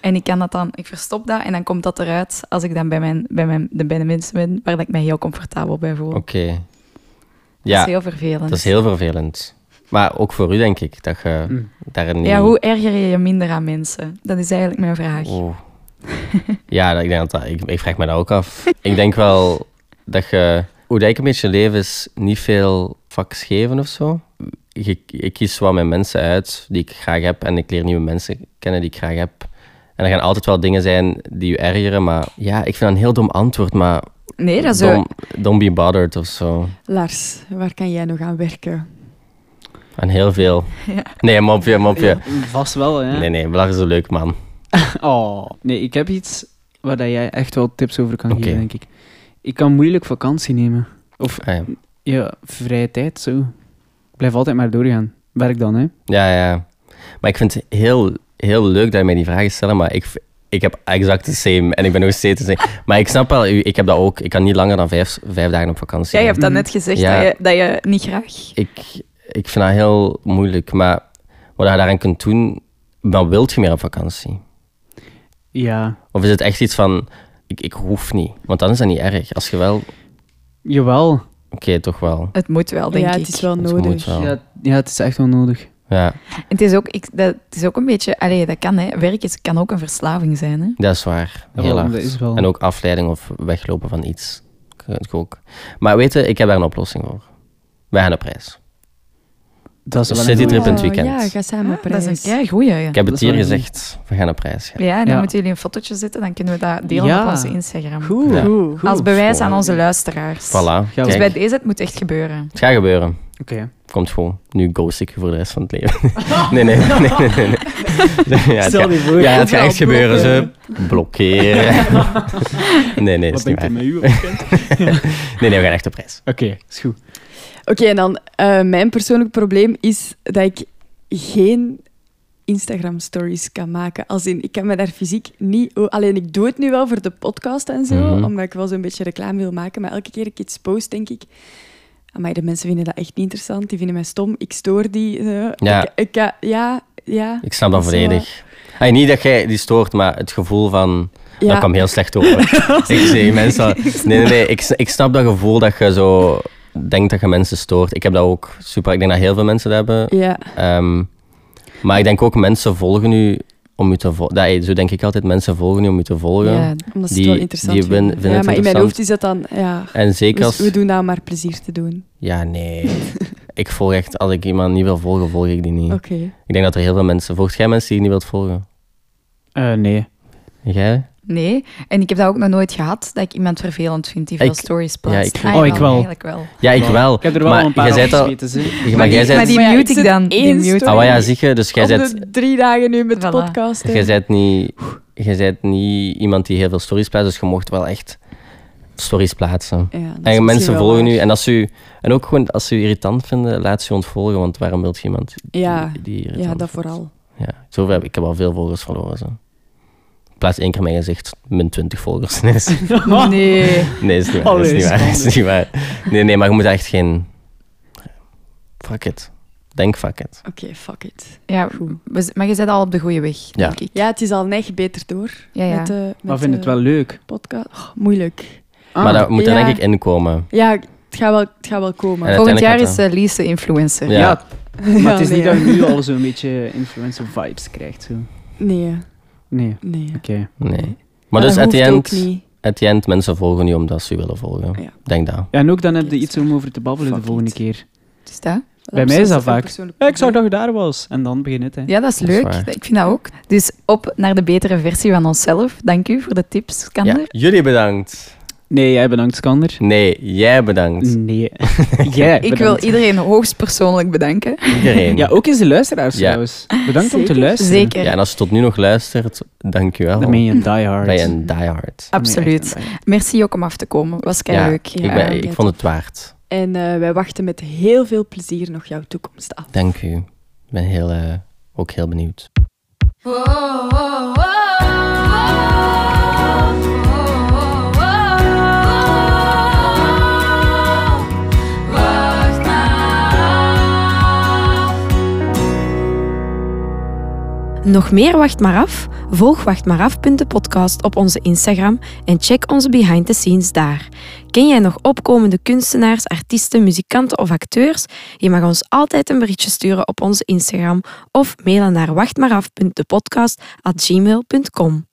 Speaker 4: En ik kan dat dan, ik verstop dat en dan komt dat eruit als ik dan bij, mijn, bij, mijn, de, bij de mensen ben waar dat ik mij heel comfortabel bij voel.
Speaker 2: Oké.
Speaker 4: dat is
Speaker 2: Ja,
Speaker 4: heel vervelend.
Speaker 2: dat is heel vervelend. Maar ook voor u, denk ik, dat je
Speaker 3: Mm.
Speaker 2: daar een...
Speaker 4: Ja, hoe erger je je minder aan mensen? Dat is eigenlijk mijn vraag.
Speaker 2: Oeh. Ja, dat- ik, denk dat dat, ik, ik vraag me dat ook af. ik denk wel dat je... Hoe dat ik een beetje leef, is niet veel vaks geven of zo. Ik, ik kies wel mijn mensen uit die ik graag heb. En ik leer nieuwe mensen kennen die ik graag heb. En er gaan altijd wel dingen zijn die je ergeren. Maar ja, ik vind dat een heel dom antwoord. Maar
Speaker 4: Nee, dat is wel-
Speaker 2: don't, don't be bothered of zo.
Speaker 1: Lars, waar kan jij nog aan werken?
Speaker 2: En heel veel.
Speaker 4: Ja.
Speaker 2: Nee, mopje, mopje.
Speaker 3: Vast wel, hè?
Speaker 2: Nee, nee, Belach is een leuk man.
Speaker 3: Oh, nee, ik heb iets waar dat jij echt wel tips over kan
Speaker 2: Oké.
Speaker 3: geven, denk ik. Ik kan moeilijk vakantie nemen. Of
Speaker 2: Ah, ja.
Speaker 3: ja, vrije tijd, zo. Ik blijf altijd maar doorgaan. Werk dan, hè?
Speaker 2: ja, ja. Maar ik vind het heel, heel leuk dat je mij die vragen stelt, maar ik, ik heb exact de same en ik ben nog steeds de same. Maar ik snap wel, u- ik heb dat ook. Ik kan niet langer dan vijf, vijf dagen op vakantie.
Speaker 4: Jij hebt dat
Speaker 3: Mhm.
Speaker 4: net gezegd,
Speaker 2: Ja.
Speaker 4: dat, je, dat je niet graag...
Speaker 2: Ik, ik vind dat heel moeilijk, maar wat je daaraan kunt doen, dan wilt je meer op vakantie.
Speaker 3: Ja.
Speaker 2: Of is het echt iets van, ik, ik hoef niet, want dan is dat niet erg. Als je wel, oké,
Speaker 3: Jawel.
Speaker 2: toch wel.
Speaker 4: Het moet wel, denk
Speaker 1: ja,
Speaker 4: ik.
Speaker 1: het is wel
Speaker 2: Het
Speaker 1: nodig.
Speaker 2: moet wel.
Speaker 3: Ja, ja, het is echt wel nodig.
Speaker 2: Ja,
Speaker 4: Het is ook, ik, dat, het is ook een beetje... Allee, dat kan, hè. Werk is, kan ook een verslaving zijn, hè.
Speaker 2: dat is waar.
Speaker 3: Ja,
Speaker 2: Heel
Speaker 3: dat
Speaker 2: hard.
Speaker 3: is wel-
Speaker 2: En ook afleiding of weglopen van iets. Kan ik ook. Maar weet je, ik heb daar een oplossing voor. Wij gaan op reis.
Speaker 3: Dat is
Speaker 2: Een
Speaker 3: wel
Speaker 2: citytrip
Speaker 3: goeie.
Speaker 2: in het weekend.
Speaker 1: Ja, ga samen op
Speaker 4: Ah, Dat
Speaker 1: reis.
Speaker 4: is een keigoeie. Ja,
Speaker 2: Ik heb
Speaker 3: dat
Speaker 2: het
Speaker 3: is
Speaker 2: hier
Speaker 3: wel een-
Speaker 2: gezegd. We gaan op reis. Ja.
Speaker 4: en dan
Speaker 3: Ja.
Speaker 4: moeten jullie een fotootje zetten, dan kunnen we dat delen
Speaker 3: Ja.
Speaker 4: op onze Instagram.
Speaker 1: Goed.
Speaker 2: Ja.
Speaker 1: Goed.
Speaker 4: Als
Speaker 3: Goed.
Speaker 4: bewijs aan
Speaker 2: Mooi.
Speaker 4: onze luisteraars.
Speaker 2: Voilà.
Speaker 3: Gaan we-
Speaker 4: Dus
Speaker 2: Kijk,
Speaker 4: bij deze, het moet echt gebeuren.
Speaker 2: het gaat gebeuren.
Speaker 3: Oké.
Speaker 2: Komt gewoon. Nu ghost ik je voor de rest van het leven. (laughs) nee, nee, nee, nee. nee, nee. (laughs) Ja, het
Speaker 3: Stel
Speaker 2: gaat,
Speaker 3: je voor.
Speaker 2: ja, het gaat
Speaker 1: Overal
Speaker 2: echt gebeuren.
Speaker 3: (laughs)
Speaker 2: Ze blokkeren. (laughs) nee, nee, dat
Speaker 3: Wat
Speaker 2: is niet
Speaker 3: denk je
Speaker 2: waar.
Speaker 3: met u
Speaker 2: (laughs)
Speaker 3: op weekend?
Speaker 2: Nee, nee, we gaan echt op reis.
Speaker 3: Oké, is goed.
Speaker 1: Oké, en dan eh, mijn persoonlijk probleem is dat ik geen Instagram stories kan maken. Als in, ik kan me daar fysiek niet. o- Alleen ik doe het nu wel voor de podcast en zo,
Speaker 2: Mhm.
Speaker 1: omdat ik wel zo'n beetje reclame wil maken. Maar elke keer ik iets post, denk ik. Maar de mensen vinden dat echt niet interessant. Die vinden mij stom. Ik stoor die. eh,
Speaker 2: Ja.
Speaker 1: Ik, ik, eh, ja, ja.
Speaker 2: Ik snap dat
Speaker 1: Dat is wel-
Speaker 2: volledig. Hey, niet dat jij die stoort, maar het gevoel van...
Speaker 1: ja.
Speaker 2: Dat kwam heel slecht
Speaker 1: (laughs)
Speaker 2: over. ik zie mensen... al- Nee, nee, nee. Ik, s- ik snap dat gevoel dat je zo denkt dat je mensen stoort. Ik heb dat ook super. Ik denk dat heel veel mensen dat hebben.
Speaker 1: Ja,
Speaker 2: Ehm, maar ik denk ook, mensen volgen nu om je te volgen. Zo denk ik altijd, mensen volgen je om je te volgen.
Speaker 4: Ja,
Speaker 1: Omdat ze
Speaker 2: Die-
Speaker 1: het wel interessant
Speaker 2: die win-
Speaker 1: vinden.
Speaker 2: vinden
Speaker 1: ja,
Speaker 2: het
Speaker 1: maar in mijn
Speaker 2: interessant.
Speaker 1: hoofd is dat dan... Ja,
Speaker 2: En zeker
Speaker 1: Dus we, we
Speaker 2: als...
Speaker 1: doen dat om maar plezier te doen.
Speaker 2: Ja, nee.
Speaker 1: (laughs)
Speaker 2: ik volg echt, als ik iemand niet wil volgen, volg ik die niet.
Speaker 1: Oké.
Speaker 2: Ik denk dat er heel veel mensen... Volgt jij mensen die je niet wilt volgen?
Speaker 3: Eh, nee.
Speaker 2: Jij?
Speaker 4: Nee, en ik heb dat ook nog nooit gehad, dat ik iemand vervelend vind die veel
Speaker 2: Ik-
Speaker 4: stories plaatst.
Speaker 2: ik-
Speaker 4: Ah,
Speaker 3: Oh, ik wel.
Speaker 4: Eigenlijk wel.
Speaker 2: Ja, ik wel.
Speaker 3: Ik heb er wel
Speaker 2: maar
Speaker 3: een paar
Speaker 2: jij zei dat-
Speaker 3: afgesmeten, zeg.
Speaker 2: Maar, jij
Speaker 4: Maar
Speaker 2: zet...
Speaker 4: die
Speaker 1: Maar ja,
Speaker 4: mute
Speaker 1: ik
Speaker 4: ik
Speaker 1: zit
Speaker 4: dan. Die
Speaker 1: één
Speaker 4: mute ik
Speaker 1: story.
Speaker 2: Ah,
Speaker 4: dan.
Speaker 2: wel ja, zie je. Dus jij
Speaker 1: Op
Speaker 2: zet...
Speaker 1: de drie dagen nu met
Speaker 4: Voilà.
Speaker 1: podcasten.
Speaker 2: Jij bent niet... Jij bent niet iemand die heel veel stories plaatst, dus je mocht wel echt stories plaatsen.
Speaker 1: Ja, dat is
Speaker 2: En
Speaker 1: misschien
Speaker 2: mensen
Speaker 1: wel
Speaker 2: volgen
Speaker 1: waar.
Speaker 2: u. En, als u, en ook gewoon als ze u irritant vinden, laat ze u ontvolgen. Want waarom wilt je iemand die-
Speaker 1: Ja,
Speaker 2: die, irritant
Speaker 1: ja, dat
Speaker 2: vindt?
Speaker 1: vooral.
Speaker 2: Ja, zoveel heb, ik heb al veel volgers verloren. Zo. Ik plaats één keer mijn gezicht, min 20 volgers. (laughs) Nee, is,
Speaker 4: (laughs) Nee.
Speaker 2: nee, is niet waar. is
Speaker 3: Allee,
Speaker 2: niet waar, is
Speaker 3: spannend.
Speaker 2: niet waar. Nee, nee, maar je moet echt geen... Fuck it. Denk fuck it.
Speaker 1: Oké, fuck it.
Speaker 4: Ja,
Speaker 1: Goed.
Speaker 4: we z- maar je zit al op de goede weg,
Speaker 2: Ja.
Speaker 4: denk ik.
Speaker 1: Ja, het is al net beter door
Speaker 4: ja, ja.
Speaker 1: met de met
Speaker 3: Maar vind het
Speaker 1: de
Speaker 3: wel leuk. Ah,
Speaker 1: podcast. Oh, moeilijk.
Speaker 2: maar dat moet er
Speaker 1: Ah, ja.
Speaker 2: denk ik inkomen.
Speaker 1: Ja, het gaat wel, het gaat wel komen.
Speaker 2: En het-
Speaker 4: Volgend jaar
Speaker 2: uiteindelijk
Speaker 4: is
Speaker 2: gaat dat.
Speaker 4: uh, Lies de influencer.
Speaker 2: Ja.
Speaker 3: Ja, maar het is
Speaker 1: nee,
Speaker 3: niet
Speaker 1: ja.
Speaker 3: dat je nu al zo'n beetje influencer vibes krijgt. Zo.
Speaker 1: Nee,
Speaker 3: Nee, oké.
Speaker 1: nee.
Speaker 2: Nee. Maar dus
Speaker 1: dat
Speaker 2: at the,
Speaker 1: hoeft
Speaker 2: end,
Speaker 1: ook niet.
Speaker 2: at the end, mensen volgen je omdat ze je willen volgen.
Speaker 1: Ja.
Speaker 2: Denk dat.
Speaker 3: Ja, en ook dan heb je iets om over te babbelen
Speaker 1: Fuck
Speaker 3: de volgende
Speaker 1: it.
Speaker 3: keer.
Speaker 4: Dus dat.
Speaker 3: Bij mij is dat vaak.
Speaker 1: persoonlijk
Speaker 3: Ja, ik zou
Speaker 1: probleem.
Speaker 3: dat je daar was. En dan begint het, hè.
Speaker 4: ja, dat is
Speaker 2: Dat is
Speaker 4: leuk.
Speaker 2: waar.
Speaker 4: ik vind dat ook. Dus op naar de betere versie van onszelf. Dank u voor de tips, Kander.
Speaker 2: Jullie bedankt.
Speaker 3: Nee, jij bedankt, Skander.
Speaker 2: Nee, jij bedankt. (laughs)
Speaker 3: (laughs) Nee. jij
Speaker 4: Ik wil iedereen hoogst persoonlijk bedanken.
Speaker 2: Iedereen.
Speaker 3: Ja, ook eens de luisteraars
Speaker 2: Ja.
Speaker 3: trouwens. Bedankt om te
Speaker 1: Zeker,
Speaker 3: luisteren.
Speaker 4: Zeker,
Speaker 2: Ja, en als je tot nu nog luistert, dankjewel.
Speaker 3: Dan ben je een diehard.
Speaker 2: Ben je een diehard.
Speaker 3: Dan ben je echt
Speaker 4: (laughs) absoluut.
Speaker 3: een diehard.
Speaker 4: Merci ook om af te komen. Was kei leuk.
Speaker 2: Ja, ik, ben, ik
Speaker 1: kijk.
Speaker 2: vond het waard.
Speaker 1: En eh, wij wachten met heel veel plezier nog jouw toekomst af.
Speaker 2: Dank u. Ik ben heel, eh, ook heel benieuwd.
Speaker 9: Wacht maar af.
Speaker 10: Nog meer Wacht maar af? Volg wachtmaaraf.podcast op onze Instagram en check onze behind the scenes daar. Ken jij nog opkomende kunstenaars, artiesten, muzikanten of acteurs? Je mag ons altijd een berichtje sturen op onze Instagram of mailen naar wachtmaaraf.depodcast@gmail.com.